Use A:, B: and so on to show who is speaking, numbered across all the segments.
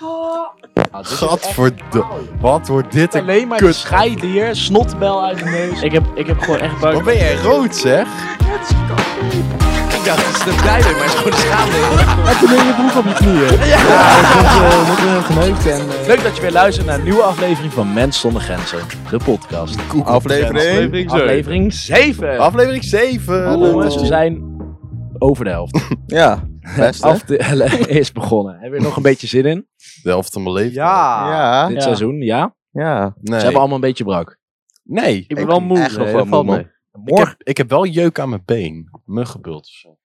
A: Nou,
B: Ja, dit is
C: Gadverdamme. Wat wordt dit een
D: Alleen maar
C: kut.
D: de scheid hier, snotbel uit de neus.
A: Ik heb, ik heb gewoon echt buik.
C: Wat ben jij rood zeg?
E: Ik dacht, het is de bruiloft, maar het is gewoon de schaamde.
D: Heb je je broek op je knieën?
B: Ja, ik word, eh, word heel geneukt en... eh,
A: Leuk dat je weer luistert naar een nieuwe aflevering van Mens zonder Grenzen, de podcast.
F: Aflevering zeven.
C: Aflevering,
A: Aflevering 7.
C: aflevering 7.
A: Hallo jongens, we zijn over de helft.
B: ja, best hè?
A: Af de- is begonnen. Hebben we er nog een beetje zin in?
C: De helft van mijn leven.
F: Ja.
B: Ja,
A: Dit
F: Ja.
A: seizoen, ja?
B: ja.
C: Nee.
A: Ze hebben allemaal een beetje brak.
C: nee.
F: Ik ben wel moe.
B: echt
F: nee,
B: nog
F: dat
B: wel
F: valt
B: moe,
F: mee.
C: Ik heb, ik heb wel jeuk aan mijn been. Muggenbult of zo.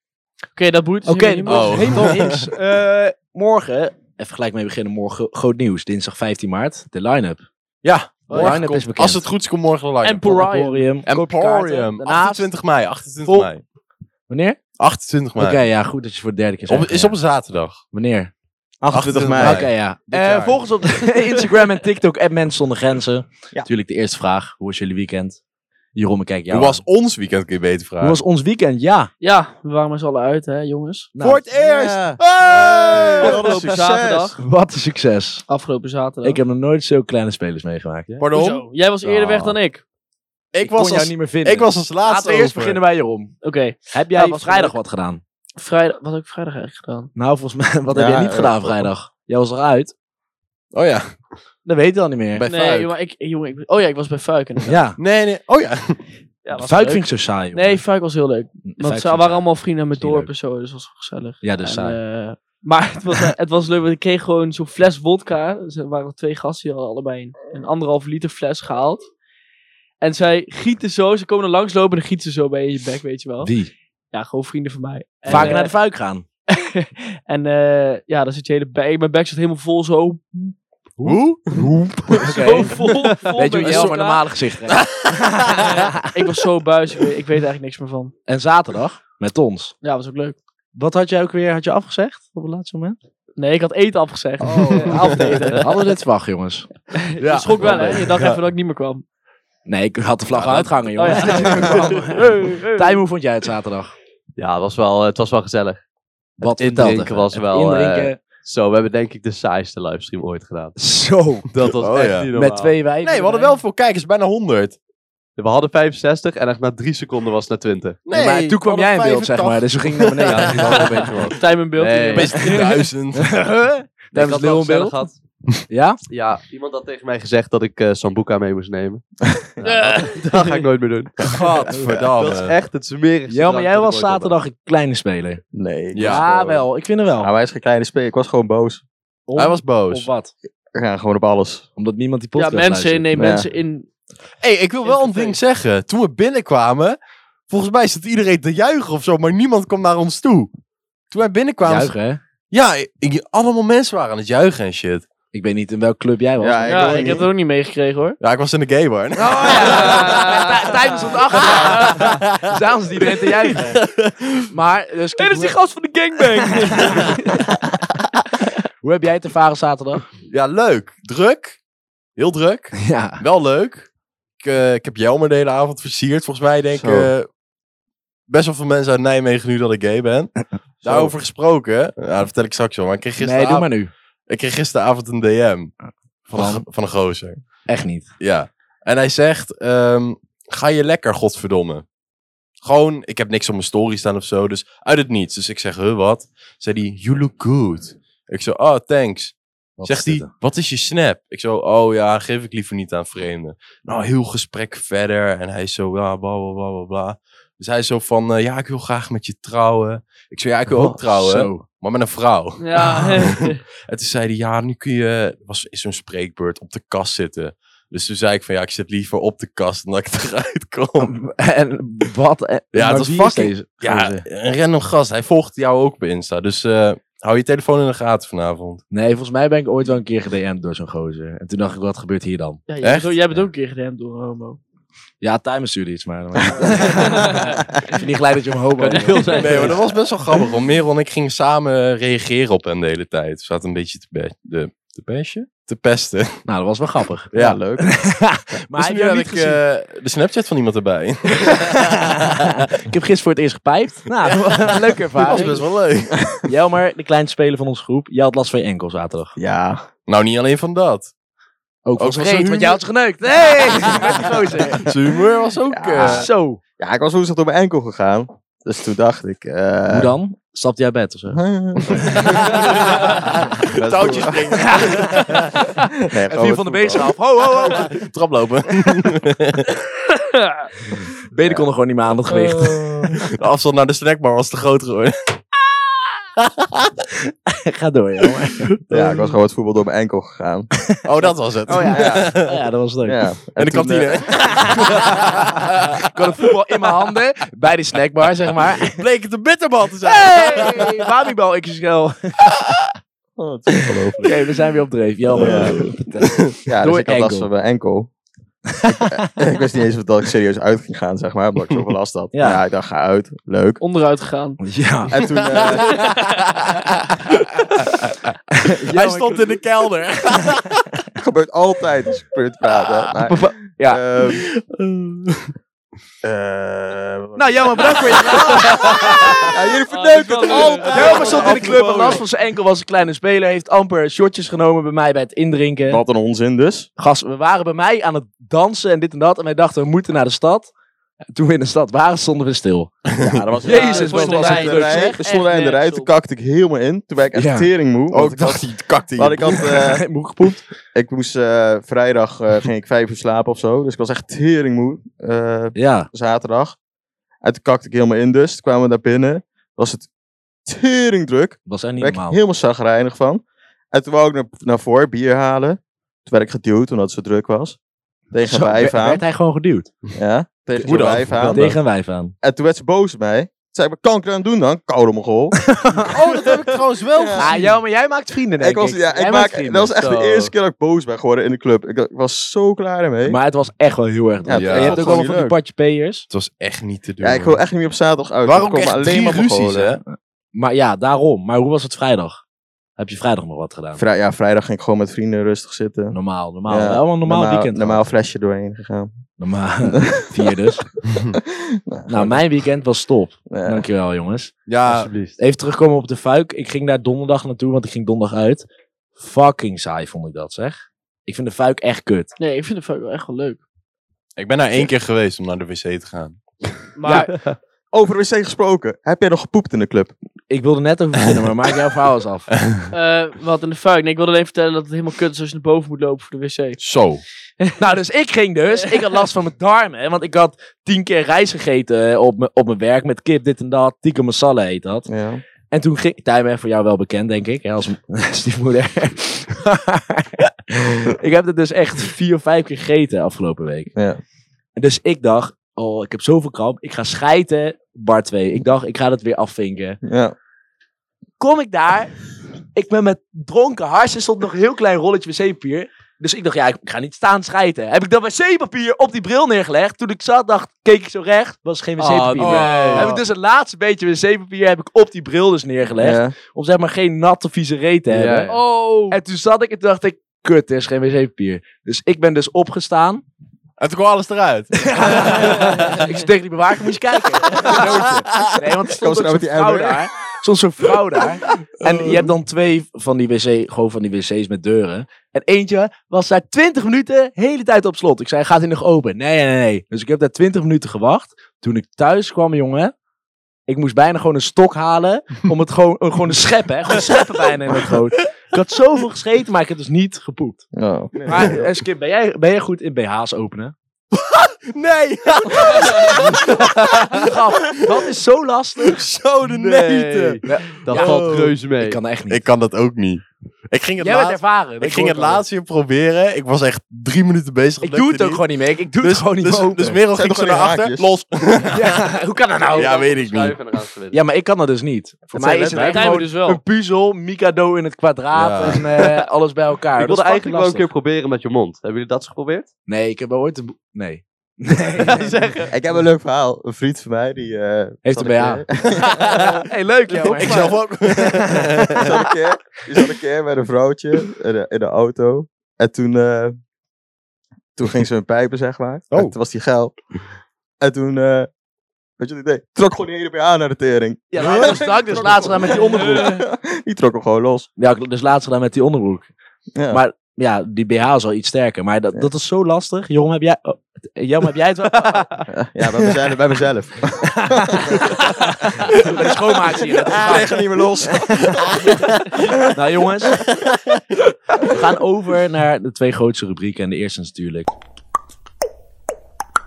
F: Oké, dat boeit dus
A: Oké,
F: niet meer.
C: Oh.
A: dus helemaal niks. Eh, morgen, even gelijk mee beginnen, morgen groot nieuws. Dinsdag 15 maart, de line-up.
C: Ja.
A: De line-up is bekend.
C: Als het goed is, komt morgen de line-up.
F: Emporium.
A: Emporium.
C: Emporium.
A: Daarnaast-
C: 28 mei. 28
A: Vol-
C: mei.
A: Wanneer?
C: 28 mei.
A: Oké, ja, goed dat je voor de derde keer
C: Op,
A: zegt.
C: is
A: ja.
C: op een zaterdag.
A: Wanneer?
B: 28
A: Oké,
B: mei.
A: ja.
C: Dit
A: Eh,
C: jaar.
A: volg ons op Instagram en TikTok, at Mens Zonder Grenzen.
B: Ja.
A: Natuurlijk de eerste vraag, hoe was jullie weekend? Jeroen, ik kijk jou
C: Hoe
A: aan.
C: was ons weekend, kun je beter vragen.
A: Hoe was ons weekend? Ja.
F: Ja, we waren met z'n allen uit, hè, jongens.
A: Nou,
C: Voor het eerst!
B: Ja.
C: Hey!
B: Hey,
F: Afgelopen
B: succes.
F: zaterdag.
A: Wat een succes.
F: Afgelopen zaterdag.
A: Ik heb nog nooit zo kleine spelers meegemaakt. Hè?
C: Pardon?
F: Hoezo? Jij was eerder weg dan ik.
C: Ik,
A: kon
C: was
A: jou
C: als,
A: niet meer vinden.
C: ik was als laatste
A: Laten we eerst
C: over.
A: beginnen bij Jeroen.
F: Oké.
A: Heb
F: Ja,
A: jij
F: was
A: vrijdag
F: leuk.
A: wat gedaan?
F: Vrijdag, wat heb ik vrijdag eigenlijk gedaan?
A: Nou, volgens mij, wat
B: Ja,
A: heb jij niet
B: eh,
A: gedaan vrijdag? Jij was eruit.
C: Oh ja.
A: Dat weet je al niet meer.
C: Bij
F: nee,
C: Fuik.
F: jongen, ik, jongen, ik- oh ja, ik was bij Fuik. En,
A: ja,
C: Nee, nee. Oh ja.
F: ja, was
A: Fuik
F: leuk.
A: vind ik zo saai. jongen.
F: Nee, Fuik was heel leuk.
A: Fuik vind
F: Want
A: ik
F: ze
A: saai.
F: waren allemaal vrienden met
A: Is niet
F: dorp
A: leuk.
F: en zo, dus dat was wel gezellig.
A: Ja, dus
F: En,
A: saai.
F: eh, maar het was, het was leuk, want ik kreeg gewoon zo'n fles wodka. Dus Er waren twee gasten die hadden allebei een, een anderhalf liter fles gehaald. En zij gieten zo, ze komen er langs lopen en dan gieten ze zo bij je bek, weet je wel.
A: Wie?
F: Ja, gewoon vrienden van mij. En,
A: Vaker
F: eh,
A: naar de fuik gaan.
F: En eh, ja, dan zit je hele bek, mijn bek zit helemaal vol zo.
C: Hoe?
A: Oké.
F: Zo vol, vol
A: Weet je
F: met
A: hoe je helemaal
F: wodka.
A: normale gezicht krijgt?
F: Ik was zo buis, ik weet, ik weet er eigenlijk niks meer van.
A: En zaterdag, met ons.
F: Ja, was ook leuk.
A: Wat had jij ook weer, had je afgezegd op het laatste moment?
F: Nee, ik had eten afgezegd.
A: Oh. Eh, Avondeten. Hadden we dit verwacht, jongens?
C: Ja.
F: je schrok wel, hè? Je dacht
C: Ja.
F: even dat ik niet meer kwam.
A: Nee, ik had de vlag
C: Ja,
A: al
C: dat-
A: uitgehangen,
F: Oh,
A: jongens.
F: ja.
A: Tijm, hoe vond jij het zaterdag?
F: Ja, was wel, het was wel gezellig.
A: Wat
F: indrinken
A: vertelde je?
F: was
A: Het
F: wel,
E: eh,
A: indrinken.
F: Zo, we hebben denk ik de saaiste livestream ooit gedaan.
A: Zo.
F: Dat was
C: Oh,
F: echt
C: ja.
F: niet normaal.
A: Met twee wijven.
C: Nee, we hadden wel veel kijkers. Bijna 100.
F: We hadden 65 en echt na drie seconden was het naar 20.
A: Nee, maar toen kwam jij in beeld, zeg maar. Dus we gingen naar beneden.
C: Ja, dat is wel een beetje wat.
F: Tijm in beeld.
E: Nee.
C: Best 3000.
E: Ik had
A: Dames
E: wel
A: Leeuwen
E: gezellig
A: beeld.
E: gehad.
A: Ja?
E: Ja, iemand had tegen mij gezegd dat ik eh Sambuca mee moest nemen. Ja, dat, dat ga ik nooit meer doen. Dat is
C: Godverdamme.
E: echt het smerigste.
A: Ja, maar
E: drankje
A: jij
E: dat
A: was
E: ik ooit had.
A: zaterdag een kleine speler.
B: Nee. ik was
C: Ja.
A: Ja,
B: gewoon-
A: wel. Ik vind het wel.
B: Nou, hij is geen kleine speler. Ik was gewoon boos.
A: Om-
C: Hij was
A: Op
C: boos.
A: wat?
B: Ja, gewoon op alles.
A: Omdat niemand die
F: Ja,
A: podcast
F: mensen, nee,
B: Ja.
F: mensen in...
C: hey, ik wil wel een ding zeggen. Toen we binnenkwamen, volgens mij zat iedereen te juichen of zo, maar niemand kwam naar ons toe. Toen wij binnenkwamen...
A: Juichen, hè?
C: Ja, ik- allemaal mensen waren aan het juichen en shit.
A: Ik weet niet in welk club jij was.
B: Ja,
A: maar-
B: ik
F: Ja,
B: weet
F: ik
B: niet.
F: heb het ook niet meegekregen, hoor.
C: Ja, ik was in de gay bar.
F: Oh,
A: ja. Tijm stond achter. S'avonds die erin te juichen. Maar, dus
F: Hé,
A: kijk, hoe,
F: gast van de gangbang!
A: hoe heb jij het ervaren zaterdag?
C: Ja, leuk. Druk. Heel druk.
A: Ja.
C: Wel leuk. Ik, eh, ik heb Jelmer de hele avond versierd. Volgens mij denken
B: Zo.
C: eh, best wel veel mensen uit Nijmegen nu dat ik gay ben. Daarover gesproken. Ja, dat vertel ik straks wel. Maar ik kreeg
A: Nee, doe
C: gisteravond,
A: maar nu.
C: ik kreeg gisteravond een DM. Van,
A: Van?
C: een ge- van een gozer.
A: Echt niet.
C: Ja. En hij zegt, ehm, ga je lekker, godverdomme. Gewoon, ik heb niks op mijn story staan of zo, dus uit het niets. Dus ik zeg, huh, wat? Zei hij, you look good. Ik zo, oh, thanks.
A: Wat
C: Zegt
A: is
C: hij,
A: dit dan?
C: wat is je snap? Ik zo, oh ja, geef ik liever niet aan vreemden. Nou, heel gesprek verder. En hij zo, ja, bla, bla, bla, bla, bla. Dus hij zo van, eh, ja, ik wil graag met je trouwen. Ik zo, ja, ik wil ook trouwen,
A: Zo.
C: maar met een vrouw.
F: Ja,
C: En toen zei hij, ja, nu kun je, was, is zo'n spreekbeurt, op de kast zitten. Dus toen zei ik van, ja, ik zit liever op de kast dan dat ik eruit
A: Oh,
C: kom.
A: En wat? En,
C: Ja, het
A: maar
C: was
A: wie is
C: fucking-
A: deze
C: Ja,
A: gozer?
C: een random gast. Hij volgt jou ook op Insta. Dus eh, hou je telefoon in de gaten vanavond.
A: Nee, volgens mij ben ik ooit wel een keer gedm'd door zo'n gozer. En toen dacht ik, wat gebeurt hier dan?
F: Ja, jij,
C: Echt?
F: bent ook- jij bent ook een keer gedempt door een homo.
A: Ja, Timer stuurde iets, maar... ik vind niet gelijk dat je om homo...
C: Nee, maar dat was best wel grappig. Want Merel en ik gingen samen reageren op hem de hele tijd. We zaten een beetje te, be de, te besje? te pesten.
A: Nou, dat was wel grappig.
C: Ja, leuk.
A: Maar heb
C: dus nu
A: je
C: heb
A: hem niet
C: ik eh, de Snapchat van iemand erbij. Dat
A: gezien? ik heb gisteren voor het eerst gepijpt. Nou, leuke
C: was
A: ervaring.
C: best wel leuk.
D: Jelmer, de kleinste speler van onze groep. Jij had last van je enkel zaterdag.
B: Ja.
C: Nou, niet alleen van dat.
A: Ook
C: was
A: wel
C: er
A: reet,
C: een
A: want jij had Oh, ze geneukt. Nee! Met die gozer.
C: Zijn humeur was ook...
B: Ja.
C: eh,
A: Zo.
B: ja, ik was woensdag door mijn enkel gegaan. Dus toen dacht ik... eh,
D: Hoe dan? Stapte jij uit bed of zo?
C: touwtjes springen.
B: Nee,
A: En vier van de
B: bezig.
A: bezig af. Ho, ho, ho.
C: Traplopen.
A: Benen konden gewoon niet meer aan dat gewicht.
C: De afstand naar de snackbar was te groot geworden.
D: Ga door, jongen.
B: Ja, ik was gewoon het voetbal door mijn enkel gegaan.
C: Oh, dat was het.
B: Oh ja, ja.
D: ja, dat was leuk.
B: ja.
C: En de
B: toen,
C: kantine.
B: eh,
A: ik had het voetbal in mijn handen. Bij de snackbar, zeg maar.
C: Bleek het een bitterbal te zijn.
A: Hey! Babybal XXL. Oké,
B: oh, het is ongelooflijk.
A: we zijn weer op dreef. Jammer.
B: Ja. Ja,
A: Door
B: dus ik had last
A: enkel.
B: van mijn enkel. ik, ik wist niet eens of dat ik serieus uit ging gaan, zeg maar. Omdat ik zoveel last had.
D: Ja.
B: Ja. ik dacht, ga uit. Leuk.
F: Onderuit gegaan.
D: Ja.
B: En toen... eh,
C: Hij stond in de kelder.
B: gebeurt altijd als ik probeer te praten. Maar,
A: Ah, Ja.
B: ehm, eh,
A: Nou, jammer, bedankt voor je Oh,
B: ja, jullie verneuken het altijd.
A: Jelmer stond in de club en last van zijn enkel was een kleine speler. Heeft amper shotjes genomen bij mij bij het indrinken.
B: Wat een onzin dus.
A: Gast, we waren bij mij aan het dansen en dit en dat. En wij dachten, we moeten naar de stad. En toen we in de stad waren, stonden we stil.
B: Ja, dat was
A: Jezus,
B: dat
A: wat
B: was
A: was
B: in de
A: het leuk,
B: rij.
F: zeg.
B: We stonden in de
F: Echt
B: rij,
F: nergens
B: toen
F: op.
B: kakte ik helemaal in. Toen ben ik echt
A: Ja.
B: teringmoe. want
C: Oh, ik dacht, die kakte
B: Want ik had, eh,
A: Moe gepoept.
B: ik moest eh, vrijdag, eh, ging ik vijf uur slapen of zo. Dus ik was echt teringmoe. eh,
D: Ja.
B: zaterdag. En toen kakte ik helemaal in dus. Toen kwamen we naar binnen. Was het teringdruk.
D: Was echt niet
B: Daar werd ik
D: normaal.
B: helemaal zagrijnig van. En toen wou ik naar, naar voren bier halen. Toen werd ik geduwd omdat het zo druk was. Tegen een wijf aan.
D: werd hij gewoon geduwd.
B: Ja, tegen
C: Hoe
B: een
C: dan?
B: wijf aan.
D: Tegen een wijf aan.
B: En toen werd ze boos op mij. Toen zei ik, wat kan ik eraan doen dan? Koude mogol.
C: Oh, dat heb ik trouwens wel
B: Ja.
A: Ah, jammer, jij maakt vrienden, denk
B: ik
A: ik.
B: was, ja,
A: Jij
B: ik
A: maakt
B: maak,
A: vrienden.
B: dat was echt
C: Zo.
B: de eerste keer dat ik boos ben geworden in de club. Ik, ik was zo klaar ermee.
D: Maar het was echt wel heel erg
B: ja,
D: druk.
C: Ja.
B: ik
D: Je
B: vond
D: hebt
B: het
D: ook allemaal
B: gewoon niet
D: van die
B: leuk.
D: partjepeers.
C: Het was echt niet te doen.
B: Ja, ik wil echt niet meer op zaterdag uit.
C: Waarom
B: Er komen
C: echt alleen maar ruzies,
B: Mongolen.
C: hè?
D: Maar ja, daarom. Maar hoe was het vrijdag? Heb je vrijdag nog wat gedaan?
B: Vrij, ja, vrijdag ging ik gewoon met vrienden rustig zitten.
D: Normaal, normaal.
B: Ja,
D: Allemaal normaal, weekend.
B: Normaal flesje doorheen gegaan.
D: Normaal. Vier dus. nou, mijn weekend was top.
B: Ja.
D: Dankjewel, jongens.
C: Ja,
E: Alsjeblieft.
D: Even terugkomen op de fuik. Ik ging daar donderdag naartoe, want ik ging donderdag uit. Fucking saai vond ik dat, zeg. Ik vind de fuik echt kut.
F: Nee, ik vind het wel echt wel leuk.
C: ik ben daar één keer geweest om naar de wc te gaan.
F: Maar
B: Over wc gesproken. Heb jij nog gepoept in de club?
D: Ik wilde net over beginnen, maar maak jouw verhaal eens af.
F: eh, wat in de fuik. Nee, ik wilde alleen vertellen dat het helemaal kut is als je naar boven moet lopen voor de wc.
C: Zo.
A: Nou, dus ik ging dus. Ik had last van mijn darmen. hè, Want ik had tien keer rijst gegeten eh, op, mijn- op mijn werk. Met kip, dit en dat. Tikka masala heet dat.
B: Ja.
A: En toen ging... Tijmen, voor jou wel bekend, denk ik. Hè, als m- stiefmoeder. ik heb het dus echt vier of vijf keer gegeten afgelopen week.
B: Ja.
A: Dus ik dacht... Oh, ik heb zoveel kramp. Ik ga schijten. Bar 2. Ik dacht, ik ga dat weer afvinken.
B: ja.
A: kom ik daar. Ik ben met dronken hars. Er stond nog een heel klein rolletje wc-papier. Dus ik dacht, ja, ik ga niet staan schijten. Heb ik dat wc-papier op die bril neergelegd. Toen ik zat, dacht, keek ik zo recht. Was
B: Oh,
A: geen wc-papier meer. Heb ik dus het laatste beetje wc-papier heb ik op die bril dus neergelegd.
B: Ja.
A: Om zeg maar geen natte vieze reet te
E: Ja,
A: hebben.
E: ja.
F: Oh!
A: En toen zat ik en toen dacht ik, kut, er is geen wc-papier. Dus ik ben dus opgestaan.
C: En toen kwam alles eruit.
A: ik zeg tegen die bewaker, moet je kijken. nee, want er
B: Kom
A: stond
B: ze nou
A: ook zo'n
B: met die
A: vrouw
B: emmer?
A: daar. Stond zo'n vrouw daar. En je hebt dan twee van die wc, gewoon van die wc's met deuren. En eentje was daar 20 minuten, hele tijd op slot. Ik zei, gaat hij nog open? Nee, nee, nee. Dus ik heb daar 20 minuten gewacht. Toen ik thuis kwam, jongen. Ik moest bijna gewoon een stok halen. Om het gewoon, eh, gewoon een schep, hè. Gewoon scheppen bijna in het groot. Ik had zoveel gescheten, maar ik heb dus niet gepoept.
B: Oh.
A: Maar eh, Skip, ben jij, ben jij goed in BH's openen?
C: Nee,
A: Gaf, dat is zo lastig.
C: zo de neten.
E: Dat
A: Ja.
E: valt reuze mee.
A: Ik kan echt niet.
C: Ik kan dat ook niet. Ik ging het,
A: Jij bent
C: laatst,
A: ervaren. dat
C: ik ging
A: hoor
C: het
A: wel.
C: laatst hier proberen. Ik was echt drie minuten bezig.
A: Ik
C: lukte
A: doe het ook
C: niet.
A: gewoon niet meer. Ik- Ik doe
C: Dus,
A: het gewoon niet
C: dus,
A: meer. open.
C: dus Merel
B: Zijn
C: ging zo
B: toch
C: naar
B: geen
C: achter.
B: haakjes?
C: Los.
A: ja, hoe kan dat nou?
C: Ja, weet ik niet.
E: Schuiven en eraan spelen.
A: Ja, maar ik kan dat dus niet. Voor mij is het
F: Dat
A: echt
F: zijn we
A: gewoon
F: dus wel.
A: een puzzel, Mikado in het kwadraat
C: Ja.
A: en eh, alles bij elkaar. Dat
E: ik wilde
A: is
E: eigenlijk wel een keer
A: fucking
E: proberen met je mond. Hebben jullie dat eens geprobeerd?
A: lastig. Nee, ik heb wel ooit een... bo- Nee.
B: Ik heb een leuk verhaal. Een vriend van mij die. eh,
A: Heeft
B: zat
A: een BH.
B: keer-
A: hey, leuk joh.
C: Ik zelf ook.
B: die zat een keer- Die zat een keer met een vrouwtje in de, in de auto. En toen, eh, toen ging ze hun pijpen, zeg maar.
C: Oh.
B: En toen was die geil. En toen, eh, weet je wat ik deed? Trok gewoon die hele BH naar de tering.
A: Ja, nou, dat had ik dus laatst gedaan met die onderbroek.
B: Die trok hem gewoon los.
A: Ja, ik had dus laatst gedaan met die onderbroek.
B: Ja.
A: Maar- Ja, die BH is al iets sterker. Maar dat, dat is zo lastig. Jeroen, heb jij, oh, Jelm, heb jij het wel?
B: ja, bij mezelf. Bij mezelf.
A: Bij de schoonmaak zie je het.
B: Ik kreeg hem niet meer los.
A: Nou jongens, we gaan over naar de twee grootste rubrieken. En de eerste is natuurlijk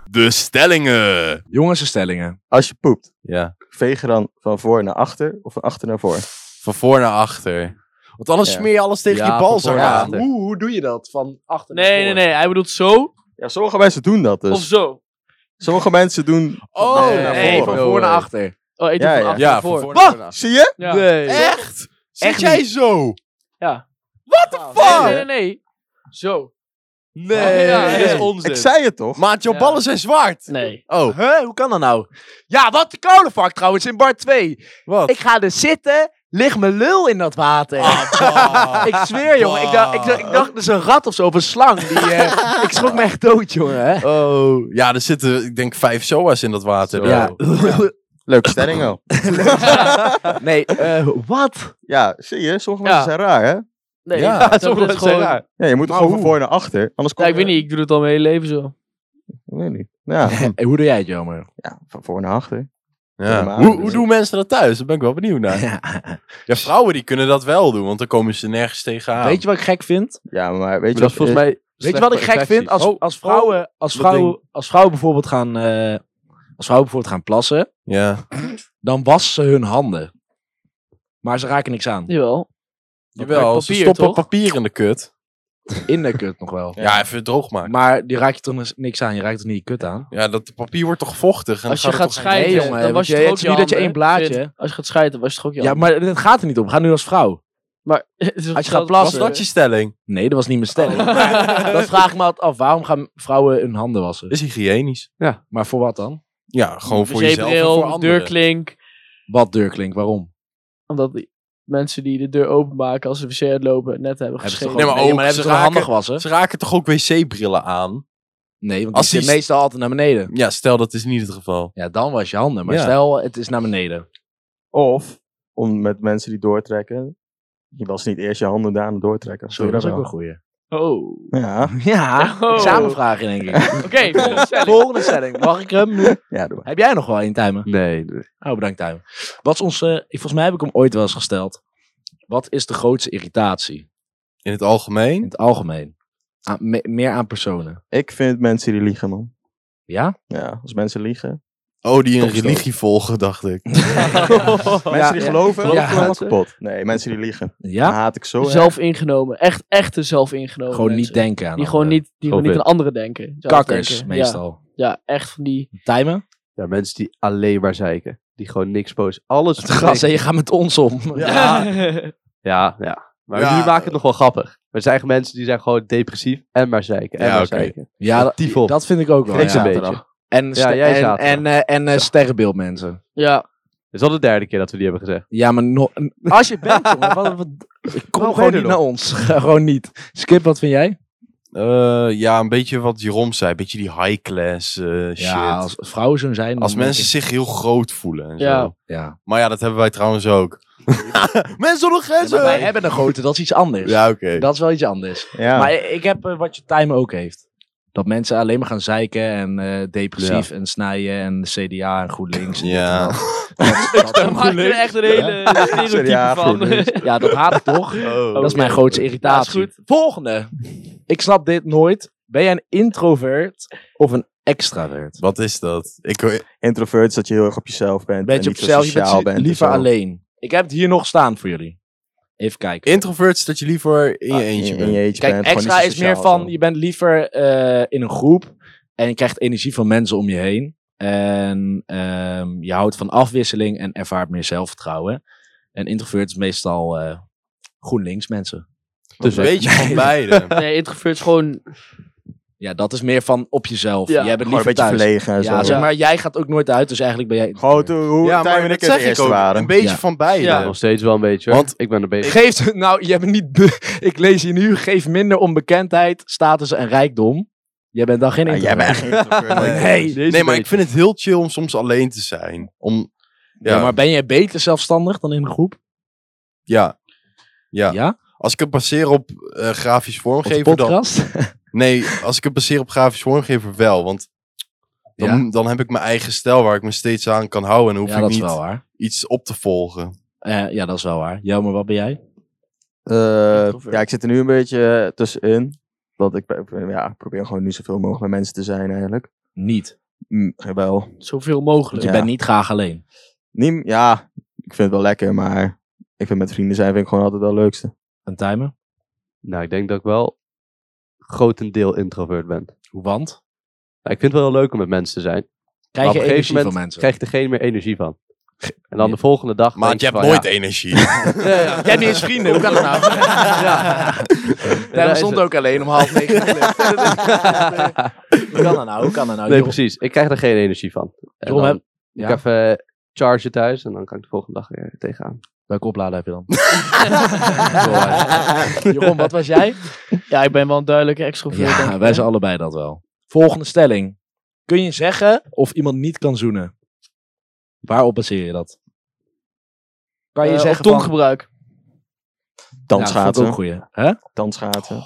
C: De stellingen.
A: jongens en stellingen.
B: Als je poept,
C: Ja.
B: veeg je dan van voor naar achter of van achter naar voor?
C: Van voor naar achter. Want anders
B: Ja.
C: smeer je alles tegen
E: Ja,
C: je bal
E: van
C: zo
E: voor naar
C: aan.
E: achter.
C: Hoe, hoe doe je dat? Van achter
F: Nee, nee, nee. Hij bedoelt zo
B: Ja, sommige mensen doen dat dus.
F: of zo.
B: Sommige mensen doen...
C: Oh,
B: Nee,
C: nee.
B: nee,
A: van
B: van
A: voor naar achter.
F: Oh, ik doe
B: Ja,
F: van
B: ja.
F: achter
C: Ja,
F: naar
C: van
F: voor.
C: voor naar achter.
B: Zie je?
F: Ja.
E: Nee.
C: Echt? Zit
F: Echt
C: jij zo?
F: Nee, nee, nee, nee. Zo.
C: Nee,
F: Ja, ja,
C: dat is
F: ja.
C: onzin.
B: Ik zei het toch?
C: Maat, jouw
F: Ja.
C: ballen zijn zwart.
F: Nee.
C: Oh,
A: Huh, hoe kan dat nou? Ja, wat de kolenvak trouwens in bar 2.
C: wat?
A: Ik ga er zitten, lig mijn lul in dat water.
C: Ah,
A: Ik zweer, jongen. Ik dacht, ik, dacht- ik dacht, dat is een rat of zo, of een slang. Die, eh, ik schrok me echt dood, jongen.
C: Oh, ja, er zitten, ik denk, vijf SOA's in dat water.
A: Ja.
B: Leuke stelling al.
A: Nee, eh, wat?
B: Ja, zie je? Sommige
F: Ja.
B: mensen zijn raar, hè?
F: Nee.
C: Ja,
F: dat
E: sommige
F: is
E: mensen zijn
F: gewoon...
E: raar.
B: Ja, je moet toch
C: Maar
B: gewoon van
C: hoe?
B: voor naar achter. Anders kom
F: Ja, ik
B: je-
F: weet niet. Ik doe het al mijn hele leven zo.
B: Ik weet niet. Ja,
A: Hey, hoe doe jij het, Jomer?
B: ja, van voor naar achter.
C: Ja. Hoe, hoe doen mensen dat thuis? Daar ben ik wel benieuwd naar. Ja, vrouwen die kunnen dat wel doen, want dan komen ze nergens tegenaan.
A: Weet je wat ik gek vind?
B: Ja, maar weet je
E: Maar dat is volgens mij.
A: Weet je wat ik gek vind? Als, als, vrouwen, als, vrouwen, als vrouwen bijvoorbeeld gaan... eh, als vrouwen bijvoorbeeld gaan plassen,
C: Ja.
A: dan wassen ze hun handen. Maar ze raken niks aan.
F: Jawel.
C: Jawel, ze
F: papier,
C: stoppen
F: toch?
C: papier in de kut.
A: In de kut nog wel.
C: Ja, even droog maken.
A: Maar die raak je toch niks aan. Je raakt toch niet je kut aan?
C: Ja, dat papier wordt toch vochtig. En
F: Als je
C: dan
F: gaat
C: gaat het toch-
F: scheiden,
A: Nee, jongen,
F: dan
A: want
F: was je
A: je-
F: toch
A: het
F: ook je
A: is niet dat je
F: handen,
A: één
F: hè?
A: blaadje-
F: Vind- Als je gaat scheiden, was je toch ook je
A: Ja,
F: handen.
A: maar het gaat er niet om. Ga nu als vrouw.
F: Maar het is
A: Als je gaat
C: Was
F: hetzelfde-
C: dat je stelling?
A: Nee, dat was niet mijn stelling. dat vraag ik me altijd af. Waarom gaan vrouwen hun handen wassen?
C: Oh. Is hygiënisch.
A: Maar voor wat dan?
C: Ja, gewoon
F: Dus
C: voor jezelf en
F: Wc-bril,
C: voor anderen.
F: deurklink.
A: Wat deurklink? Waarom?
F: Omdat die mensen die de deur openmaken als ze wc uitlopen net hebben
A: Hebben ze toch
F: geschreven.
A: ook,
C: Nee, maar ook,
A: hebben ze
C: ze
A: toch
C: raken-
A: handen gewassen?
C: Ze raken toch ook wc-brillen aan?
A: Nee, want
C: Als
A: die zit
C: die-
A: meestal altijd naar beneden.
C: Ja, stel dat is niet het geval.
A: Ja, dan was je handen. Maar
C: Ja.
A: stel, het is naar beneden.
B: Of, om met mensen die doortrekken, je was niet eerst je handen daarna doortrekken.
A: Zo, dat is ook wel
B: Doe
A: een
B: je
A: goeie.
F: Oh.
B: wel? Ja,
A: Ja,
F: Oh.
A: examenvraag in één keer.
F: Oké, volgende stelling.
A: Ah, Volgende stelling. Mag ik hem nu?
B: ja, doe maar.
A: Heb jij nog wel een timer?
E: Nee, nee.
A: Oh, bedankt timer. Wat is onze... ik- volgens mij heb ik hem ooit wel eens gesteld. Wat is de grootste irritatie?
C: In het algemeen?
A: In het algemeen. Aan- me- meer aan personen.
B: Ik vind mensen die liegen, man.
A: Ja?
B: Ja, als mensen liegen.
C: Oh, die een
B: Toch zo.
C: religie volgen, dacht ik.
B: mensen die
A: ja.
B: geloven,
F: Geloven
B: ja. gaan
F: mensen?
B: kapot. Nee, mensen die liegen.
A: Ja?
B: Dat haat ik zo erg.
F: Zelf ingenomen. Echt, echte zelf ingenomen
A: Gewoon niet
F: mensen.
A: denken aan
F: Die gewoon
A: anderen.
F: niet, die gewoon niet aan anderen denken. Zelf
A: Kakkers,
F: denken.
A: meestal.
F: Ja, ja, echt van die...
A: Timen?
E: Ja, mensen die alleen maar zeiken. Die gewoon niks posten. Alles.
A: Het gras en je gaat met ons om.
C: Ja.
E: Ja, ja. Maar
C: Ja.
E: jullie maken het nog wel grappig. Er zijn echt mensen die zijn gewoon depressief en maar zeiken. En
C: Ja,
E: maar
C: oké.
E: zeiken.
A: Ja, dat,
E: Tief op.
A: dat vind ik ook wel.
E: Niks
A: ja.
E: een beetje.
A: En, ste-
E: jij
A: en,
E: zaten
A: en, eh, en eh, sterrenbeeldmensen.
F: ja.
E: Is dat de derde keer dat we die hebben gezegd?
A: Ja, maar no- als je bent, jongen, wat, wat, kom
E: ben
A: gewoon niet
E: je er nog?
A: naar ons. gewoon niet. Skip, wat vind jij?
C: Eh, ja, een beetje wat Jeroen zei. Een beetje die high-class eh, shit.
A: Ja,
C: als
A: als vrouwen zo zijn. dan denk
C: mensen
A: ik-
C: zich heel groot voelen en
F: Ja.
C: zo.
A: Ja.
C: Maar ja, dat hebben wij trouwens ook. mensen zonder
A: Ja, maar
C: grenzen!
A: wij hebben een grote, dat is iets anders.
C: Ja, oké.
A: Dat is wel iets anders.
B: Ja.
A: Maar ik heb eh, wat je time ook heeft. Dat mensen alleen maar gaan zeiken en eh, depressief en snijden en de CDA en GroenLinks. en
C: Ja.
A: dit en dat. Dat- dat-
F: Dan maak je er echt een hele stereotype
B: Ja,
F: van.
B: goed.
A: ja, dat haat ik toch.
C: Oh.
A: Dat is mijn grootste irritatie.
F: Ja, is
A: Volgende. Ik snap dit nooit. Ben jij een introvert of een extravert?
C: Wat is dat? Ik,
B: Introvert is dat je heel erg op jezelf bent.
A: Ben
B: en
A: je op
B: niet zo
A: jezelf, je bent
B: sociaal dus
A: zi-
B: bent en
A: liever
B: zo.
A: alleen. Ik heb het hier nog staan voor jullie. Even kijken.
C: introverts, dat je liever in je
B: Ah, In
C: eentje
B: je-
C: bent.
B: in je eentje
A: Kijk,
B: bent, gewoon niet
A: extra
B: zo
A: is meer
B: sociaal en
A: van,
B: zo.
A: je bent liever eh, in een groep en je krijgt energie van mensen om je heen. En ehm, je houdt van afwisseling en ervaart meer zelfvertrouwen. En introvert is meestal eh, groenlinks mensen.
C: Dus een beetje van beide.
F: Nee, introvert is gewoon
A: Ja, dat is meer van op jezelf.
F: Ja.
A: Jij bent
B: Gewoon
A: liever
B: een beetje
A: thuis.
B: verlegen en
A: Ja,
B: zo.
A: zeg maar jij gaat ook nooit uit, dus eigenlijk ben jij...
B: Gewoon toen, hoe
C: Ja,
B: Tijn en ik
C: dat
B: het
C: zeg ik
B: eerste
C: ook.
B: waren.
C: Een beetje
A: Ja.
C: van beide.
E: Ja, nog steeds wel een beetje.
C: Want-
E: Want ik ben er bezig.
A: Geef, nou, jij bent niet... be- ik lees hier nu, geef minder om bekendheid, status en rijkdom. Jij bent dan geen
B: Ja, jij
A: introvert.
B: bent echt
C: Nee.
A: Nee.
C: Nee, maar ik vind het heel chill om soms alleen te zijn. Om, ja,
A: Ja, maar ben jij beter zelfstandig dan in een groep?
C: ja, ja.
A: Ja?
C: Als ik het baseer op eh, grafisch
A: Op de
C: vormgever, dan...
A: podcast?
C: Nee, als ik het baseer op grafisch vormgever wel, want... Dan, dan heb ik mijn eigen stijl waar ik me steeds aan kan houden. En hoef
A: Ja,
C: ik
A: dat is
C: niet
A: wel waar.
C: iets op te volgen.
A: Eh, ja, dat is wel waar. Jou, maar wat ben jij?
B: Eh,
F: Introvert.
B: ja, ik zit er nu een beetje eh, tussenin. Want ik pro- ja, ik probeer gewoon niet zoveel mogelijk met mensen te zijn eigenlijk.
A: Niet.
B: Mm, wel.
F: Zoveel mogelijk.
A: Want je
B: Ja.
A: bent niet graag alleen.
B: Niet, ja, ik vind het wel lekker, maar ik vind met vrienden zijn vind ik gewoon altijd wel het leukste.
A: Een timer?
E: Nou, ik denk dat ik wel grotendeel introvert ben.
A: Hoe want?
E: Nou, ik vind het wel heel leuk om met mensen te zijn.
A: Krijg
E: Maar
A: je
E: op een gegeven
A: energie
E: moment
A: van mensen?
E: krijg je er geen meer energie van. En dan de volgende dag.
C: Maar
E: denk
C: je hebt
E: van,
C: nooit
E: ja,
C: energie. Eh,
A: Jij hebt niet eens vrienden, hoe kan dat nou? ja.
E: daar
A: Hij
E: is
A: stond
E: het.
A: ook alleen om half negen. in de lift. Hoe kan dat nou? Hoe kan dat nou?
E: Nee,
A: Jeroen-
E: precies. Ik krijg er geen energie van. En
A: Jeroen,
E: dan
A: heb-
E: moet
A: ja.
E: ik even eh, chargen thuis en dan kan ik de volgende dag weer tegenaan.
A: Welke oplader heb je dan?
F: Jeroen, wat was jij? Ja, ik ben wel een duidelijke extrovert. denk
A: Ja,
F: ik,
A: wij
F: hè?
A: zijn allebei dat wel. Volgende stelling. Kun je zeggen of iemand niet kan zoenen? Waarop baseer je dat? Kan je
F: Eh, op
A: zeggen van...
F: tonggebruik.
A: Ja, dat
B: Dansgaten.
A: is ook goeie. Hè?
B: Dansgaten.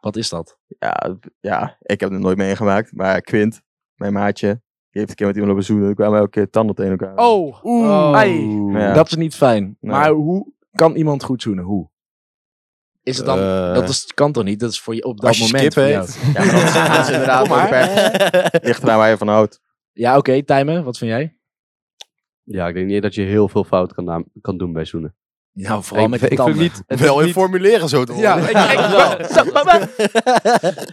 A: Wat is dat?
B: Ja, ja, ik heb het nooit meegemaakt, maar Quint, mijn maatje, die heeft een keer met iemand op bezoeken. Ik kwam elke keer tanden tegen elkaar.
A: Oh,
F: Oeh. Ai.
B: Ja.
A: dat is niet fijn.
B: Nee.
A: Maar hoe kan iemand goed zoenen? Hoe? Is het dan...
C: Eh,
A: dat is, kan toch niet? Dat is voor je op dat
C: als je
A: moment
C: skip
A: voor jou.
C: heet.
B: Ja, maar dat is, dat is inderdaad
A: Kom maar.
B: beperkt. Ligt eraan waar je van houdt.
A: Ja, oké. Tijmen, wat vind jij?
E: Ja, ik denk niet dat je heel veel fout kan, naam- kan doen bij zoenen.
A: Nou,
E: ik, ik vind niet, het
C: Wel
E: is
C: in
E: niet-
C: formulieren zo te horen.
A: Ja,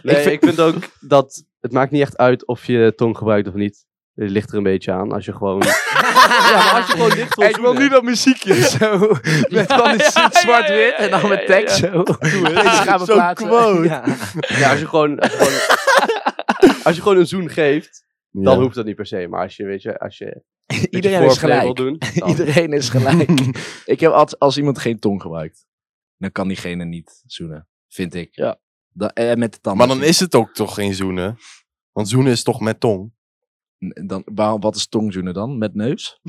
E: nee, ik vind ook dat het maakt niet echt uit of je tong gebruikt of niet. Het ligt er een beetje aan. Als je gewoon. ja, maar als je gewoon dicht wil zoenen-
A: dat muziekje zo. Met van die
F: ja, ja,
A: zwart-wit
F: ja,
A: en dan
F: ja,
A: met
F: ja,
A: tekst zo. Deze gaan we
C: Zo'n
A: plaatsen.
C: quote.
A: Ja.
E: Ja, als je gewoon. Als je gewoon, als je gewoon een zoen geeft, dan hoeft dat niet per se. Maar als je, weet je, als je. een beetje
A: Iedereen is
E: voorplay
A: gelijk.
E: wil doen. dan-
A: Iedereen is gelijk. ik heb altijd, als iemand geen tong gebruikt, dan kan diegene niet zoenen. Vind ik.
F: Ja.
A: Da- eh, met de tanden.
C: Maar dan is het ook toch geen zoenen? Want zoenen is toch met tong?
A: Dan, waarom, wat is tongzoenen dan? Met neus?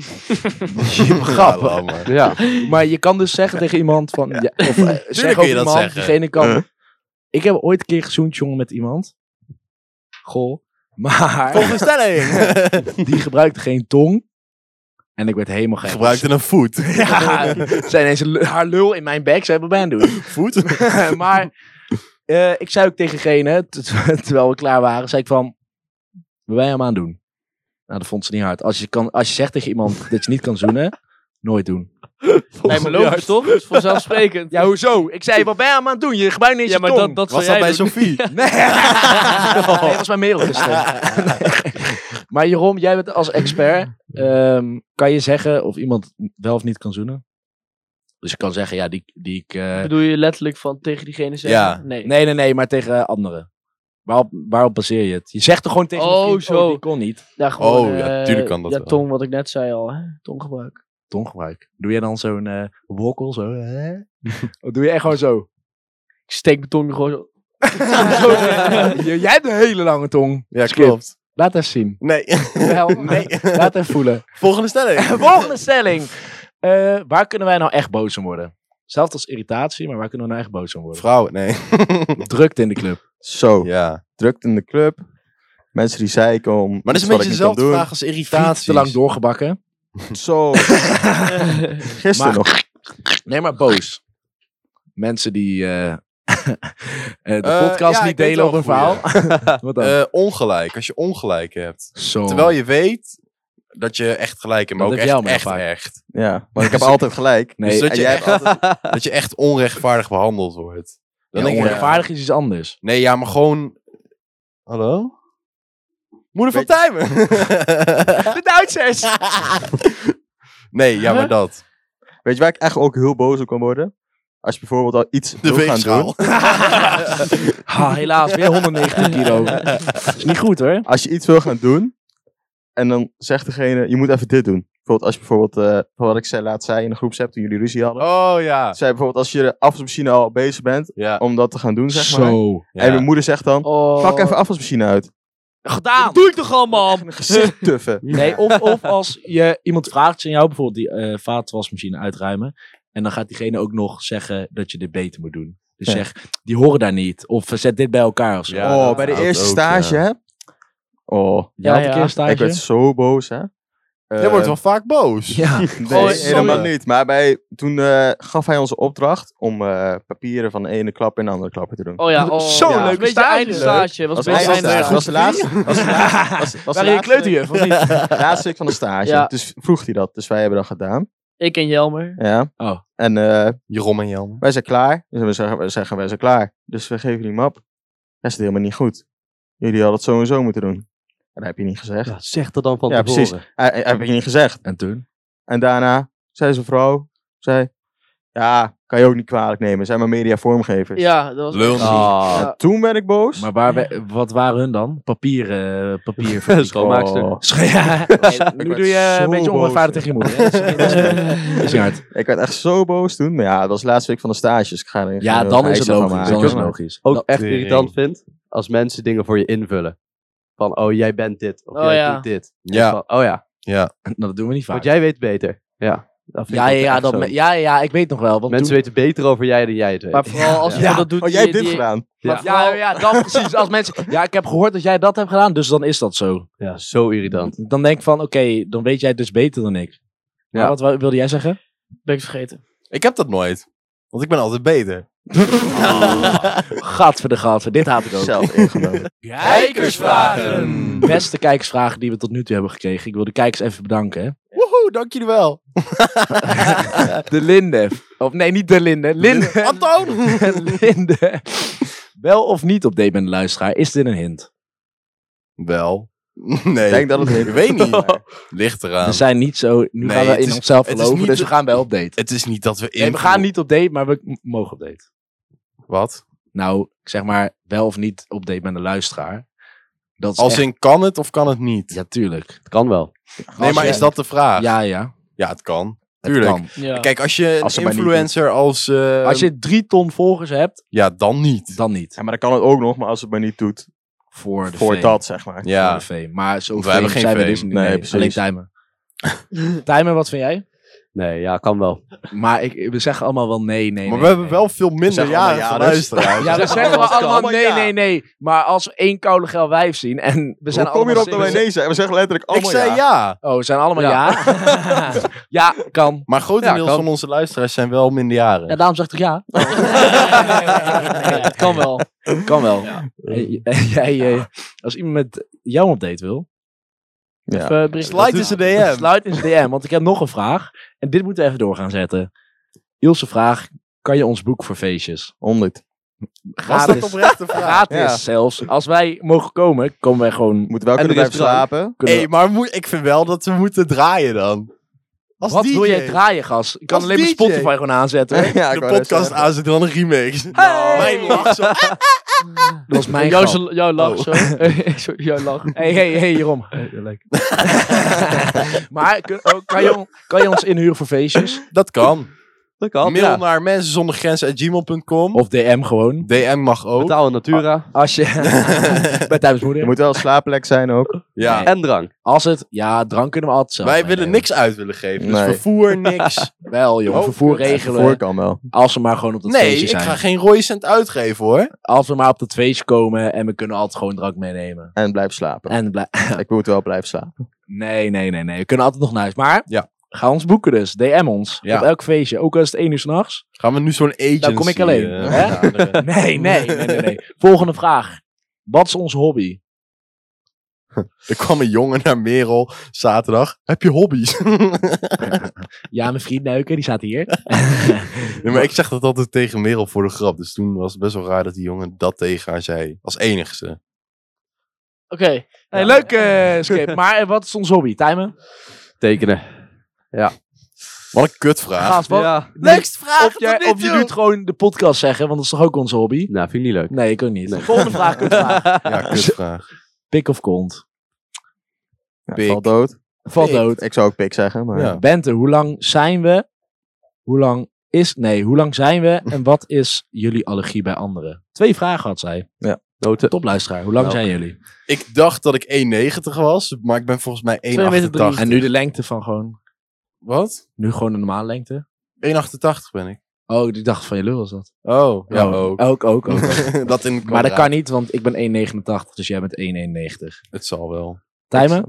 C: Grap. maar.
E: Ja,
A: Maar je kan dus zeggen tegen iemand van... Ja, of, eh, zeg
C: kun
A: over
C: je dat
A: iemand,
C: zeggen.
A: diegene kan...
B: Huh?
A: Ik heb ooit een keer gezoend, jongen, met iemand. Goh. Maar
C: Volgende stelling.
A: die gebruikte geen tong. En ik werd helemaal gek.
C: Gebruikte een voet.
A: Ja, zijn ineens lu- haar lul in mijn bek. Ze hebben banddoe.
C: Voet?
A: maar eh, ik zei ook tegengene, terwijl we klaar waren, zei ik van, wat ben je hem aan doen? Nou, dat vond ze niet hard. Als je, kan, als je zegt tegen iemand dat je niet kan zoenen, nooit doen.
F: Lijkt me logisch, toch? Dat is vanzelfsprekend.
A: Ja, hoezo? Ik zei, wat ben je hem aan het doen? Je gebruikt niet
F: Ja, maar dat, dat
C: Was
F: zou
C: dat
F: jij dus
C: bij
F: doen.
C: Sophie?
A: Nee. nee, dat was mijn mail maar Jeroen, jij bent als expert. ehm, kan je zeggen of iemand wel of niet kan zoenen? Dus je kan zeggen, ja, die, die ik... eh,
F: Bedoel je letterlijk van tegen diegene zeggen?
C: Ja.
F: Nee.
A: Nee, nee, nee, maar tegen eh, anderen. Waarop, waarop baseer je het? Je zegt er gewoon tegen
F: Oh,
A: je vriend,
F: zo.
A: die kon niet.
F: Ja, gewoon,
C: Oh, ja,
F: eh,
C: tuurlijk kan dat
F: Ja,
C: wel.
F: tong, wat ik net zei al. Hè? Tonggebruik.
A: Tonggebruik. Doe je dan zo'n eh wokkel zo? Hè? of doe je echt gewoon zo?
F: Ik steek mijn tong er gewoon zo.
A: Zo, eh, j- jij hebt een hele lange tong.
C: Ja,
A: Skip.
C: klopt.
A: Laat even zien.
C: Nee.
A: Wel, Laat even voelen.
C: Volgende stelling.
A: Volgende stelling. Eh, waar kunnen wij nou echt boos om worden? Zelfs als irritatie, maar waar kunnen we nou echt boos om worden?
C: Vrouwen, nee.
A: Drukte in de club.
B: Zo,
C: Ja.
B: drukt in de club. Mensen die zeiken om
C: Maar dat is
B: iets
C: een
B: wat
C: beetje
B: ik niet kan
C: dezelfde
B: doen.
C: vraag als
A: Fiets
C: irritatie.
A: te lang doorgebakken.
B: Zo, gisteren
A: Maar-
B: nog.
A: Nee, maar boos. Mensen die eh, eh, de
C: Eh,
A: podcast
C: ja,
A: niet
C: ik weet
A: delen
C: wel
A: op een
C: een
A: verhaal. Wat dan?
C: Eh, ongelijk, als je ongelijk hebt.
A: Zo.
C: Terwijl je weet dat je echt gelijk hebt, maar
A: Dat
C: ook
A: heb jij al
C: echt, echt,
A: meegemaakt.
C: echt.
B: Ja, maar ik heb altijd gelijk.
A: Nee,
C: dus dat
B: En
C: je
B: jij
C: echt-
B: hebt altijd...
C: Dat je echt onrechtvaardig behandeld wordt. Dan
A: Ja,
C: denk ik,
A: onrechtvaardig is iets anders.
C: Nee, ja, maar gewoon... Hallo? Moeder van
B: Weet-
C: Tijmen.
A: De Duitsers!
C: nee, ja, maar dat.
B: Weet je waar ik echt ook heel boos op kan worden? Als je bijvoorbeeld al iets
C: De
B: wil gaan doen.
C: weegschaal.
G: Ha, helaas, weer 190 kilo. is niet goed hoor.
B: Als je iets wil gaan doen. En dan zegt degene, je moet even dit doen. Bijvoorbeeld als je bijvoorbeeld, eh, wat ik zei, laat zei in de groepsapp toen jullie ruzie hadden.
C: Oh ja.
B: Zij bijvoorbeeld als je de afwasmachine al bezig bent
C: Ja.
B: om dat te gaan doen, zeg maar.
A: Zo.
B: En mijn moeder zegt dan,
F: Oh.
B: pak even afwasmachine uit.
G: Gedaan.
F: Doe ik toch
C: Oh,
F: allemaal?
B: Een gezicht tuffen.
A: Nee, of, of als je iemand vraagt aan jou bijvoorbeeld die eh, vaatwasmachine uitruimen. En dan gaat diegene ook nog zeggen dat je dit beter moet doen. Dus
B: Ja.
A: zeg, die horen daar niet. Of zet dit bij elkaar of zo.
C: Ja,
B: oh,
C: dat
B: bij de
C: houdt
B: eerste
C: ook,
B: stage,
C: ja.
B: hè? Oh,
A: Jij had
F: Ja,
A: een
F: ja.
A: keer een stage?
B: ik werd zo boos, hè? Eh,
C: Jij wordt wel vaak boos.
A: Ja.
B: Nee,
F: Oh,
B: helemaal
C: sorry.
B: niet. Maar bij, toen eh, gaf hij onze opdracht om eh, papieren van de ene klap in de andere klap te doen.
F: Oh ja, oh.
G: Zo'n
F: Ja.
G: leuke
F: Een beetje
G: stage.
F: eindenstage. Was
B: was,
F: een beetje
B: hij- was,
F: eindenstage.
B: was de laatste. Was de laatste. Was, was de
G: Waren je
B: laatste,
G: kleuterjuf of niet?
B: laatste week van de stage.
F: Ja.
B: Dus vroeg hij dat. Dus wij hebben dat gedaan.
F: Ik en Jelmer.
B: Ja.
A: Oh.
B: En eh,
C: Jeroen en Jan.
B: wij zijn klaar. Dus we zeggen, we zeggen, wij zijn klaar. Dus we geven die map. Hij zit helemaal niet goed. Jullie hadden het zo en zo moeten doen. En dat heb je niet gezegd.
E: Ja, zeg dat dan van
B: Ja,
E: tevoren.
B: precies. Eh, eh, heb je niet gezegd.
A: En toen?
B: En daarna zei zijn vrouw, zei, ja, kan je ook niet kwalijk nemen. Zijn maar media vormgevers.
F: Ja, dat was...
C: Lul niet.
E: Ah,
B: En toen ben ik boos.
A: Maar waar we- wat waren hun dan? Papieren, eh, papier.
E: schoonmaakster.
B: Oh,
A: Ja, nu
B: werd
A: doe je
B: zo
A: een beetje
B: boos,
A: onrechtvaardig
B: hè.
A: tegen je moeder. hè? Dat is- dat is niet hard.
B: ik werd echt zo boos toen. Maar ja, het was de laatste week van de stages. ik ga er
A: Ja,
B: geen
A: dan is
B: eisen
A: het
B: van
A: logisch.
B: maken.
A: Dan is het
B: Ook-
A: logisch.
E: ook
A: Dat-
E: echt
C: Tering.
E: irritant vind als mensen dingen voor je invullen. Van, oh, jij bent dit. Of
F: Oh,
E: jij
F: ja.
E: doet dit.
C: Ja.
E: Van, oh ja,
A: nou, dat doen we niet
E: want
A: vaak.
E: jij weet beter. Ja, dat vind
A: Ja,
E: ik
A: ja,
E: ook
A: ja,
E: echt
A: dat
E: zo.
A: me- ja, ja, ik weet nog wel. Want
E: Mensen
A: toen-
E: weten beter over jij dan jij het weet.
F: Maar vooral als je
A: Ja.
F: dat doet...
B: Oh, jij hebt
F: die-
B: dit
F: die-
B: gedaan.
E: Ja.
F: Ja.
A: Ja, ja, dan precies. Als mensen, ja, ik heb gehoord dat jij dat hebt gedaan, dus dan is dat zo.
E: Ja, zo irritant.
A: Dan denk ik van, oké, dan weet jij het dus beter dan ik.
E: Ja.
A: Maar Wat wou- wilde jij zeggen?
F: Ben ik vergeten.
C: Ik heb dat nooit. Want ik ben altijd beter.
A: Gadver de gadver, dit haat ik ook.
B: Zelf ingenomen.
C: Kijkersvragen.
A: Beste kijkersvragen die we tot nu toe hebben gekregen. Ik wil de kijkers even bedanken. hè.
C: Woehoe, dank jullie wel.
G: De Linde. Of nee, niet de Linde. Linde.
C: Antoon!
G: Linde.
A: Wel of niet op date met de luisteraar, is dit een hint?
C: Wel. Nee.
B: Ik denk dat het
C: Ik weet niet. Ligt eraan.
A: We zijn niet zo, nu
C: Ehm, Nee,
A: gaan
C: het
A: we in
C: is-
A: onszelf
C: het is
A: geloven,
C: niet
A: dus
C: de-
A: we gaan wel op date.
C: Het is niet dat we in.
A: Nee, we gaan niet op date, maar we m- mogen op date.
C: Wat?
A: Nou, ik zeg maar, wel of niet op date met de luisteraar. Dat is
C: Als
A: echt-
C: in kan het of kan het niet?
A: Ja, tuurlijk.
E: Het kan wel.
C: nee,
A: Als
C: maar
A: je-
C: is dat de vraag?
A: Ja, ja.
C: Ja, het kan.
A: het
C: Tuurlijk.
A: kan.
F: Ja.
C: Kijk, als je een
B: Als ze maar niet
C: influencer als... eh,
A: Als je drie ton volgers hebt,
C: Ja, dan niet.
A: dan niet.
B: Ja, maar dan kan het ook nog, maar als het maar niet doet.
A: Voor de
B: voor
A: fame.
B: dat, zeg maar.
A: Ja.
C: Ja.
A: de fame. Maar zo
C: We
A: fame
C: hebben geen
A: zijn we
C: fame.
A: dus niet.
B: Nee,
A: Nee,
B: precies.
A: alleen timer. timer, wat vind jij?
E: Nee, ja, kan wel.
A: Maar ik, we zeggen allemaal wel nee, nee,
C: maar
A: nee,
C: we hebben
A: nee.
C: wel veel minder
B: zeggen allemaal
C: jaren van
B: ja, dus.
C: luisteraars.
A: Ja, we zeggen
B: allemaal
A: wel
B: wat kan.
A: allemaal nee,
B: Ja.
A: nee, nee. Maar als we één koude geil wijf zien en we zijn
B: Hoe kom je
A: allemaal...
B: erop dat wij nee zeggen? We zeggen letterlijk
C: ik
B: allemaal
C: zei ja.
A: Oh, we zijn allemaal ja. Ja, kan.
C: Maar grotendeels
E: Ja, kan.
C: van onze luisteraars zijn wel minderjarigen.
A: Ja, daarom zeg ik toch ja?
F: Ja, het kan
A: Eh,
F: wel.
A: Kan wel. Hey, jij, eh, als iemand met jou op date wil,
B: Ja.
F: Even berichten.
C: Slide is een DM.
A: sluit in zijn DM, want ik heb nog een vraag. En dit moeten we even door gaan zetten. Ilse vraagt, kan je ons boek voor feestjes?
B: 100.
C: Was dat oprechte vraag?
A: Gratis zelfs. Als wij mogen komen, komen wij gewoon...
B: Moet wel
E: En er
B: kunnen
E: is
B: blijven slapen.
A: kunnen
C: Hé,
A: we-
C: maar moet, ik vind wel dat we moeten draaien dan. Als
A: Wat
C: DJ.
A: wil jij draaien, gas? Ik kan
C: Als
A: alleen maar
C: DJ.
A: Spotify gewoon aanzetten.
B: Ja, ik
C: de
B: wou net
C: podcast
B: zeggen.
C: aanzetten, dan een remix. Nou, Mijn lach zo.
A: Dat was mijn
F: Jouw,
A: grap. Oh.
F: zo- jouw lach zo. Sorry, jouw lach.
A: Hey, hey, hey, Jeroen. maar kun- oh, kan, je, on- kan je ons inhuren voor feestjes?
C: Dat kan.
E: Dat kan.
C: Mail
E: Ja.
C: naar mensen zonder gmail.com.
A: Of DM gewoon.
C: DM mag ook.
E: Betaal in Natura.
A: Als je... bij Tijmens
B: Je
A: moeder.
B: moet wel een slaapplek zijn ook.
C: Ja.
A: Nee.
E: En drank.
A: Als het... Ja, drank kunnen we altijd zelf
C: Wij
A: meenemen.
C: willen niks uit willen geven. Dus
B: Nee.
C: vervoer, niks.
A: Wel, joh.
C: Oh,
A: vervoer
C: kut.
A: regelen.
B: Voor kan wel.
A: Als we maar gewoon op dat
C: nee,
A: feestje
C: ik
A: zijn.
C: ga geen rode cent uitgeven hoor.
A: Als we maar op dat feestje komen en we kunnen altijd gewoon drank meenemen.
B: En blijf slapen.
A: En blij-
B: Ik moet wel blijven slapen.
A: Nee, nee, nee, nee. We kunnen altijd nog naar huis. Maar
C: Ja.
A: ga ons boeken dus. DM ons.
C: Ja.
A: Op elk feestje. Ook als het één uur s'nachts.
C: Gaan we nu zo'n agency...
A: Dan kom ik alleen,
C: eh,
A: hè?
C: benaderen?
A: Nee, nee, nee, nee, nee. Volgende vraag. Wat is onze hobby?
C: er kwam een jongen naar Merel zaterdag. Heb je hobby's?
A: Ja, mijn vriend Neuken, die staat hier.
C: Nee, maar ik zeg dat altijd tegen Merel voor de grap. Dus toen was het best wel raar dat die jongen dat tegen haar zei. Als enigste.
F: Oké.
A: Hey, leuk, eh Skip. Maar eh, wat is ons hobby? Timen?
E: Tekenen. Ja.
C: Wat een kutvraag.
H: Gaas, wat?
E: Ja.
H: Leukste vraag
A: Of, jij, of je doet gewoon de podcast zeggen, want dat is toch ook onze hobby?
E: Nou, vind ik niet leuk.
H: Nee, ik ook niet.
E: Nee.
H: Volgende vraag, kutvraag.
C: Ja, kutvraag.
A: Pik of kont?
B: Ja,
C: Pik.
B: Valt dood.
A: Valt dood.
B: Ik zou ook pik zeggen, maar...
C: Ja.
A: Bente, hoe lang zijn we? Hoe lang is... Nee, hoe lang zijn we? En wat is jullie allergie bij anderen? Twee vragen had zij.
E: Noten.
A: Topluisteraar, hoe lang
E: Nou.
A: zijn jullie?
C: Ik dacht dat ik 1,90 was, maar ik ben volgens mij 1,88.
F: 2,83 meter drie.
A: En nu de lengte van gewoon...
C: Wat?
A: Nu gewoon de normale lengte?
C: 1,88 ben ik.
A: Oh, die dacht van je lul was dat.
C: Oh, ja,
A: Oh,
C: ook.
A: Ook, ook, ook.
C: dat in
A: maar dat
C: het kwadraat.
A: kan niet, want ik ben 1,89, dus jij bent 1,91.
C: Het zal wel.
A: Tijmen?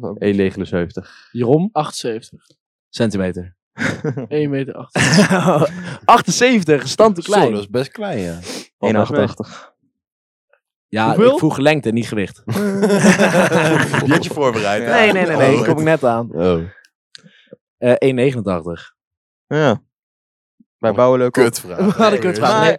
E: 1,79.
A: Jeroen?
F: 78.
A: Centimeter.
F: 1 meter 8.
A: 78, stand te
C: Zo,
A: klein.
C: dat is best klein, ja.
B: 1,88.
A: ja,
F: Hoeveel?
A: ik vroeg lengte, niet gewicht.
C: Die had je voorbereid. hè?
A: Nee, nee, nee, nee.
C: Oh,
A: kom ik net aan.
C: Oh,
A: Eh 1,89.
B: Ja. Wij bouwen leuk op.
C: kutvraag.
F: Wat een
C: Dus
F: kutvraag.
B: Maar
F: Nee.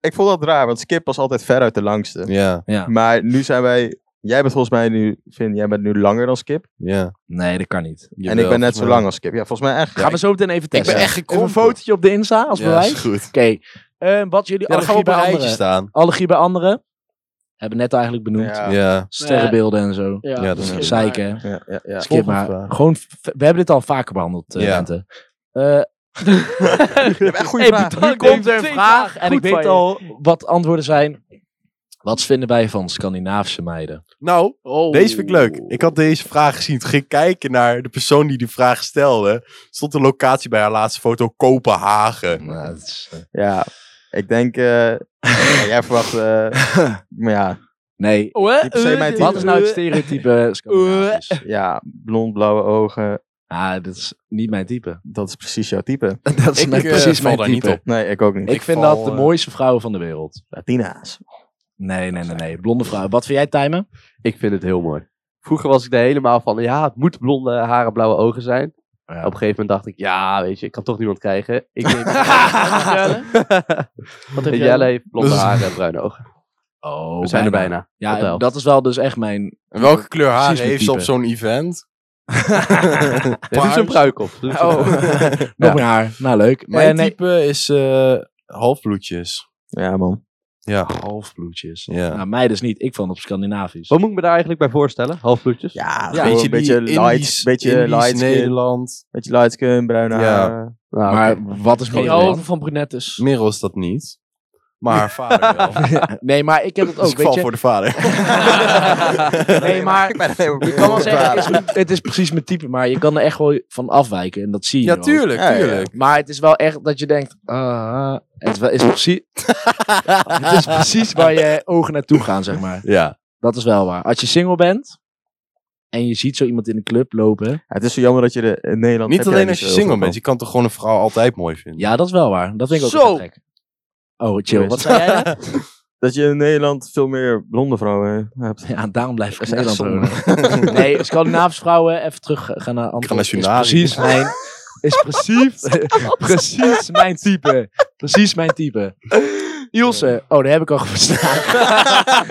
B: ik vond dat raar, want Skip was altijd veruit de langste.
C: Ja,
B: Maar nu zijn wij... Jij bent volgens mij nu, Vin, jij bent nu langer dan Skip.
C: ja.
A: Nee, dat kan niet.
B: en ik ben net zo lang als Skip. Ja, volgens mij echt.
A: Gaan we zo meteen even
C: Ik
A: testen.
C: ben echt
A: Even een
C: gekrompen.
A: fotootje op de Insta als
C: Ja,
A: bewijs.
C: is goed.
A: Oké. Eh, wat jullie
C: Ja, dan
A: allergie,
C: gaan we op een
A: bij
C: rijtje
A: anderen,
C: staan.
A: allergie bij anderen... Hebben we net eigenlijk benoemd.
B: Ja.
C: Ja, ja.
A: Sterrenbeelden en zo.
F: Ja,
C: Ja, dat is
F: geen
A: Zeiken.
F: waar.
A: hè?
B: Ja, ja, ja.
A: Skip
C: Volgende
A: maar.
C: vraag.
A: Gewoon, v- we hebben dit al vaker behandeld, eh
C: Ja.
A: Bente. Eh,
B: Echt goede
F: Hey,
B: vraag.
F: bedankt,
A: komt
F: Dave.
A: er een
F: Twee
A: vraag
F: vragen.
A: en ik
F: Goed van
A: weet
F: je.
A: al wat antwoorden zijn. Wat vinden wij van Scandinavische meiden?
C: Nou,
F: Oh.
C: Deze vind ik leuk. Ik had deze vraag gezien. Toen ging ik kijken naar de persoon die die vraag stelde. Stond de locatie bij haar laatste foto Kopenhagen.
A: Nou, dat is, eh,
B: Ja, ik denk... eh, ja, jij verwacht... eh, maar ja,
A: nee.
F: Oh, hè?
B: Niet per se
F: Eh,
B: mijn
F: dit-
B: type.
A: Wat is nou het stereotype Scandinavisch?
B: ja, blond, blauwe ogen.
A: Ah, dat is niet mijn type.
B: Dat is precies jouw type.
A: Dat is
C: Ik,
A: mijn-
C: eh,
A: precies
C: val
A: mijn
C: daar
A: type.
C: niet op.
B: Nee, ik ook niet.
A: Ik,
C: Ik
A: vind
C: val,
A: dat de
C: eh,
A: mooiste vrouwen van de wereld.
B: Latina's.
A: Nee, nee, nee, nee. Blonde vrouwen. Wat vind jij, Timen?
E: Ik vind het heel mooi. Vroeger was ik er helemaal van, ja, het moet blonde haren, blauwe ogen zijn.
A: Ja.
E: Op een gegeven moment dacht ik, ja, weet je, ik kan toch niemand krijgen. Ik neem
F: Wat heb
E: En
F: jij?
E: Jelle heeft blonde
C: Dus-
E: haren en bruine ogen.
A: Oh,
E: We zijn er bijna. Op de
A: Ja,
E: helft.
A: dat is wel dus echt mijn...
C: En welke kleur haar
A: Precies mijn
C: heeft ze op
A: type.
C: zo'n event?
E: Dit is een
C: Eh,
E: pruik op. Doe eens een
A: Oh.
E: pruik.
A: Nog meer haar. Nou, leuk.
C: Mijn
A: Eh, nee.
C: type is eh, halfbloedjes.
B: Ja, man.
C: Ja.
A: Halfbloedjes.
C: Ja.
A: Nou, mij dus niet. Ik vond het op Scandinavisch.
E: Wat moet ik me daar eigenlijk bij voorstellen? Halfbloedjes?
B: Ja,
A: Ja,
B: gewoon
C: Beetje
B: een beetje
C: die
B: light,
C: Indisch-
B: beetje
C: Indisch
B: light skin,
C: Nederland.
B: beetje light skin, bruine
C: Ja.
B: haar.
E: Nou,
A: Maar wat is
F: Ik
A: mooi?
F: hou ook van brunettes.
C: Merel is dat niet. Maar haar vader wel.
A: Nee, maar ik heb het ook.
C: Dus ik
A: weet
C: val
A: je?
C: voor de vader.
A: Nee, maar
B: ben heel
A: je kan wel zeggen, het is, het is precies mijn type, maar je kan er echt wel van afwijken. En dat zie je.
C: Ja,
A: wel.
C: tuurlijk,
B: Ja, ja.
C: tuurlijk.
A: Maar het is wel echt dat je denkt, ah, het is wel- is precies, het is precies waar je ogen naartoe gaan, zeg maar.
C: Ja.
A: Dat is wel waar. Als je single bent en je ziet zo iemand in een club lopen.
B: Het is zo jammer dat je de, eh, in Nederland...
C: Niet
B: heb jij
C: alleen
B: er
C: als je
B: zo heel
C: single
B: veel
C: bent. Je kan toch gewoon een vrouw altijd mooi vinden?
A: Ja, dat is wel waar. Dat vind ik ook
F: Zo.
A: wel gek. Oh, chill. Wat zei jij? net?
B: van. Dat je in Nederland veel meer blonde vrouwen hebt.
A: Ja, daarom blijf ik in
B: Dat is
A: Nederland
B: echt
A: wonen. Nee, Scandinavische vrouwen, even terug eh, gaan naar Antwerpen. Is
C: nationaal.
A: precies mijn, is precies, precies mijn type. Precies mijn type. Ilse, oh, daar heb ik al verstaan.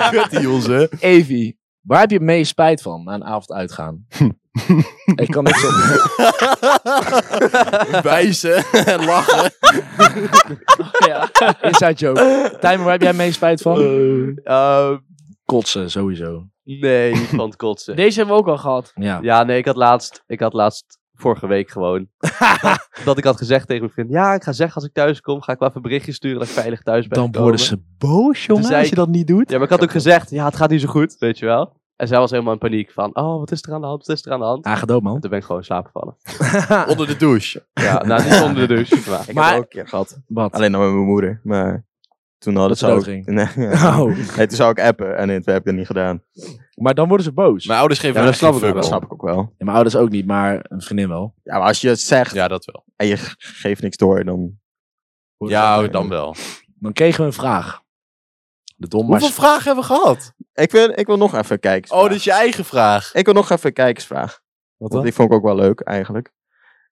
C: Kut, die Ilse.
A: Evie, waar heb je het meest spijt van na een avond uitgaan? ik kan niks op.
C: Wijzen en lachen.
F: Ja.
A: Inside joke. Tijmen, waar heb jij het meest spijt van?
E: eh,
A: Kotsen, sowieso.
E: nee, niet van het kotsen.
F: Deze hebben we ook al gehad.
A: Ja.
E: Ja, nee, ik had laatst, ik had laatst vorige week gewoon, dat ik had gezegd tegen mijn vriend, ja, ik ga zeggen als ik thuis kom, ga ik wel even berichtjes sturen dat ik veilig thuis ben
A: Dan
E: gekomen.
A: worden ze boos, jongen,
E: Toen zei
A: als je
E: ik-
A: dat niet doet.
E: Ja, maar ik had ook gezegd, ja, het gaat niet zo goed, weet je wel. En zij was helemaal in paniek van, oh, wat is er aan de hand, wat is er aan de hand?
A: Ah, gedood,
E: En
A: man.
E: toen ben ik gewoon in slaap gevallen.
C: Onder de douche.
E: Ja, nou, niet onder de douche. Maar.
B: Ik heb
A: Maar-
B: het ook een keer gehad.
A: Wat?
B: Alleen dan met mijn moeder. Maar toen had het
A: ze
B: zo... ook-
A: doodging.
B: Nee, ja.
A: Oh,
B: Nee, toen zou ik appen en dat heb ik dat niet gedaan.
A: maar dan worden ze boos.
C: Mijn ouders geven
E: Ja,
C: me
E: dat
C: echt
E: snap
C: geen
E: ik ook
C: fuck om.
E: wel.
B: snap ik ook wel.
A: Ja, mijn ouders ook niet, maar een vriendin wel.
B: Ja, maar als je het zegt
C: Ja, dat wel.
B: en je ge- geeft niks door, dan...
C: Ja, dan wel.
A: Dan kregen we een vraag. De dom
C: Hoeveel
A: maar...
C: vragen hebben we gehad?
B: Ik wil, ik wil nog even een kijkersvraag.
C: Oh, dus je eigen vraag.
B: Ik wil nog even een kijkersvraag.
A: Wat
B: Want die vond ik ook wel leuk, eigenlijk.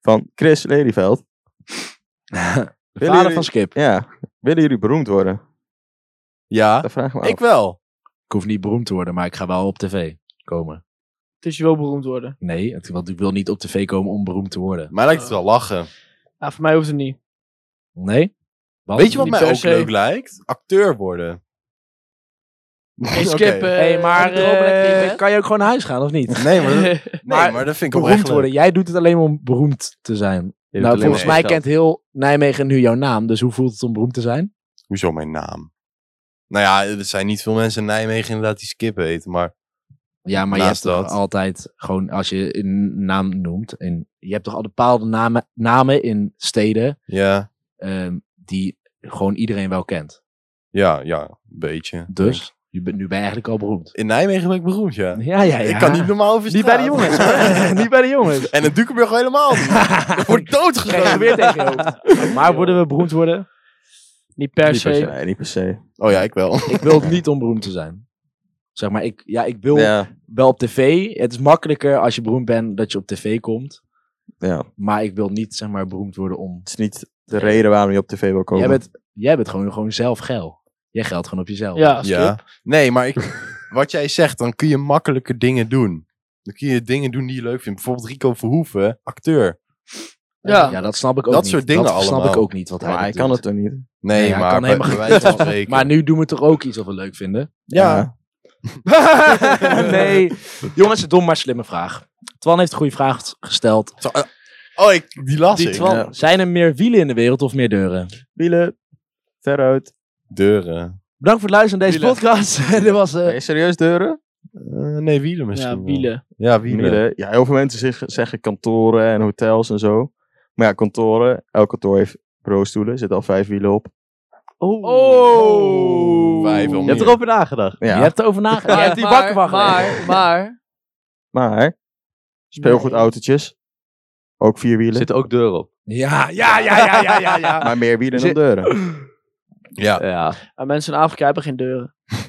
B: Van Chris Lelyveld.
A: De
B: Willen
A: vader
B: jullie-
A: van Skip.
B: Ja. Willen jullie beroemd worden?
C: Ja,
B: Dat vraag ik me af.
C: ik wel.
A: Ik hoef niet beroemd te worden, maar ik ga wel op tv komen.
F: Dus je wil beroemd worden.
A: Nee, het- want ik wil niet op tv komen om beroemd te worden.
C: Mij lijkt het wel lachen.
F: Ja, Nou, voor mij hoeft het niet.
A: Nee? Wat?
C: Weet je wat
F: Niet
C: mij
F: per
C: ook
F: se.
C: leuk lijkt? Acteur worden.
F: Hey,
C: Oké.
F: skip. eh,
A: hey, maar
F: droom lekker in
A: eh,
F: bed.
A: kan je ook gewoon naar huis gaan of niet?
C: Nee, maar dat, nee,
A: Maar
C: maar dat vind ik
A: Beroemd
C: oprecht leuk.
A: worden. Jij doet het alleen maar om beroemd te zijn.
E: Je doet
A: Nou,
E: alleen
A: volgens
E: maar
A: mij
E: geld.
A: kent heel Nijmegen nu jouw naam. Dus hoe voelt het om beroemd te zijn?
C: Hoezo mijn naam? Nou ja, er zijn niet veel mensen in Nijmegen inderdaad die Skip heten, maar...
A: Ja, maar je hebt
C: Naast
A: toch
C: dat.
A: altijd gewoon, als je een naam noemt, en je hebt toch al bepaalde namen, namen in steden
C: Ja,
A: ehm, die gewoon iedereen wel kent.
C: ja, ja, een beetje.
A: Dus je bent, nu ben je eigenlijk al beroemd.
C: In Nijmegen ben ik beroemd, ja.
A: Ja, ja, ja.
C: Ik kan niet normaal over
F: Niet bij de
C: straat.
F: jongens. hoor. niet bij de jongens.
C: En in Dukenburg helemaal niet. Ik word doodgeschoten.
F: weer tegen je hoofd.
A: Maar worden we beroemd worden?
F: Niet per
E: Niet per se.
F: se.
B: Nee, niet per se.
C: Oh ja, ik wel.
A: Ik wil het niet om beroemd te zijn. Zeg maar, ik, ja, ik wil
B: Ja,
A: wel op tv. Het is makkelijker als je beroemd bent dat je op tv komt.
B: ja.
A: Maar ik wil niet, zeg maar, beroemd worden om...
B: Het is niet de reden waarom je op tv wil komen.
A: Jij bent, jij bent gewoon, gewoon zelf geil. Jij geldt gewoon op jezelf.
F: Ja, skip.
C: Ja. Nee, maar ik, wat jij zegt, dan kun je makkelijker dingen doen. Dan kun je dingen doen die je leuk vindt. Bijvoorbeeld Rico Verhoeven, acteur.
F: Ja.
A: ja, dat snap ik ook
C: Dat
A: niet.
C: soort dingen
A: dat
C: allemaal.
A: snap ik ook niet. Wat hij
B: maar hij
A: doet.
B: kan het toch niet?
C: Nee,
A: Nee, hij
C: maar
A: kan
C: bij,
A: helemaal
C: bij wijze van
A: geen-
C: spreken.
A: Maar nu doen we toch ook iets wat we leuk vinden?
C: Ja.
A: nee. Jongens, een dom maar slimme vraag. Twan heeft een goede vraag gesteld.
C: Zo, eh, oh, ik, die las
F: Die
C: ik.
F: Twan.
B: Ja.
A: Zijn er meer wielen in de wereld of meer deuren?
B: Wielen, verrood.
C: Deuren.
A: Bedankt voor het luisteren naar deze
F: Wielen.
A: podcast. Dit was... eh,
B: Ben je serieus deuren?
C: Eh, nee, wielen misschien.
F: Ja,
C: wel.
F: wielen.
C: Ja, wielen.
B: Wielen. Ja, heel veel mensen zeg- zeggen kantoren en hotels en zo. Maar ja, kantoren, elk kantoor heeft bureaustoelen, er zitten al vijf wielen op.
E: Oh.
F: Oh.
C: Vijf al
E: Je
C: meer.
E: hebt erover nagedacht.
B: Ja,
A: Je hebt erover nagedacht.
F: Maar-
A: Je hebt die bakken van gelegd.
F: Maar, maar...
B: maar speelgoedautootjes, ook vier
E: Er
B: wielen,
E: zitten ook deuren op.
A: Ja, ja, ja, ja, ja, ja. ja.
B: maar meer wielen dan
E: Zit-
B: deuren.
C: Ja.
E: Ja.
F: Maar mensen in Afrika hebben geen deuren.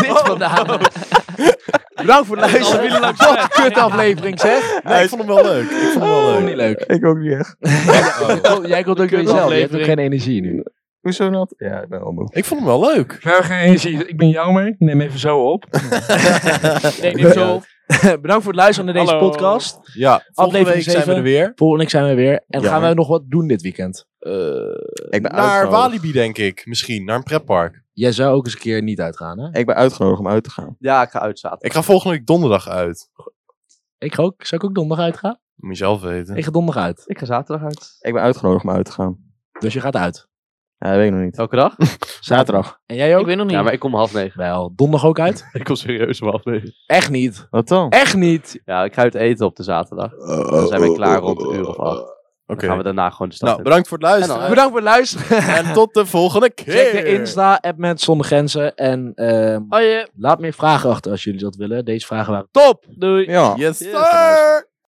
A: Dit vandaan. Bedankt voor het luisteren. Wat een kut aflevering, zeg.
C: Nee, ik vond hem wel leuk. Ik vond hem wel
A: Oh,
C: leuk.
A: niet leuk.
B: Ik ook niet echt.
C: Oh.
A: Oh, jij komt ook door jezelf. Je hebt ook geen energie nu.
B: Hoezo nat? Ja, ik ben wel moe.
C: Ik vond hem wel leuk.
A: Ik ben jammer. Neem even zo op.
F: Nee, niet zo.
A: Bedankt voor het luisteren naar deze
F: Hallo.
A: podcast.
C: Ja, volgende
A: Aflevering
C: week zijn we
A: zeven.
C: er weer.
A: Volgende week zijn we weer. En
B: Ja.
A: gaan we nog wat doen dit weekend?
B: Ik ben
C: Naar
B: uitgenodigd.
C: Walibi, denk ik. Misschien. Naar een pretpark.
A: Jij zou ook eens een keer niet uitgaan, hè?
B: Ik ben uitgenodigd om uit te gaan.
E: ja, ik ga uitzaten.
C: Ik ga volgende week donderdag uit.
A: Ik ga ook. Zou ik ook donderdag uitgaan?
C: Moet je zelf weten.
A: Ik ga donderdag uit.
E: Ik ga zaterdag uit.
B: Ik ben uitgenodigd om uit te gaan.
A: Dus je gaat uit.
B: Ja, dat weet ik nog niet.
E: Elke dag?
B: Zaterdag.
A: En jij
F: Ik
A: ook?
F: weet nog niet.
E: Ja, maar ik kom half negen.
A: Wel, donderdag ook uit?
E: Ik kom serieus om half negen.
A: Echt niet.
B: Wat dan?
A: Echt niet.
E: Ja, ik ga uit eten op de zaterdag. Dan zijn we klaar rond een uur of acht. Dan
C: Oké.
E: gaan we daarna gewoon de stad
C: Nou,
E: in.
C: bedankt voor het luisteren.
A: Bedankt voor het luisteren.
C: En tot de volgende keer.
A: Check de Insta, app met zonder grenzen. En ehm,
F: Hoi, eh,
A: laat meer vragen achter als jullie dat willen. Deze vragen waren
F: top! Doei.
B: Ja.
C: Yes, sir.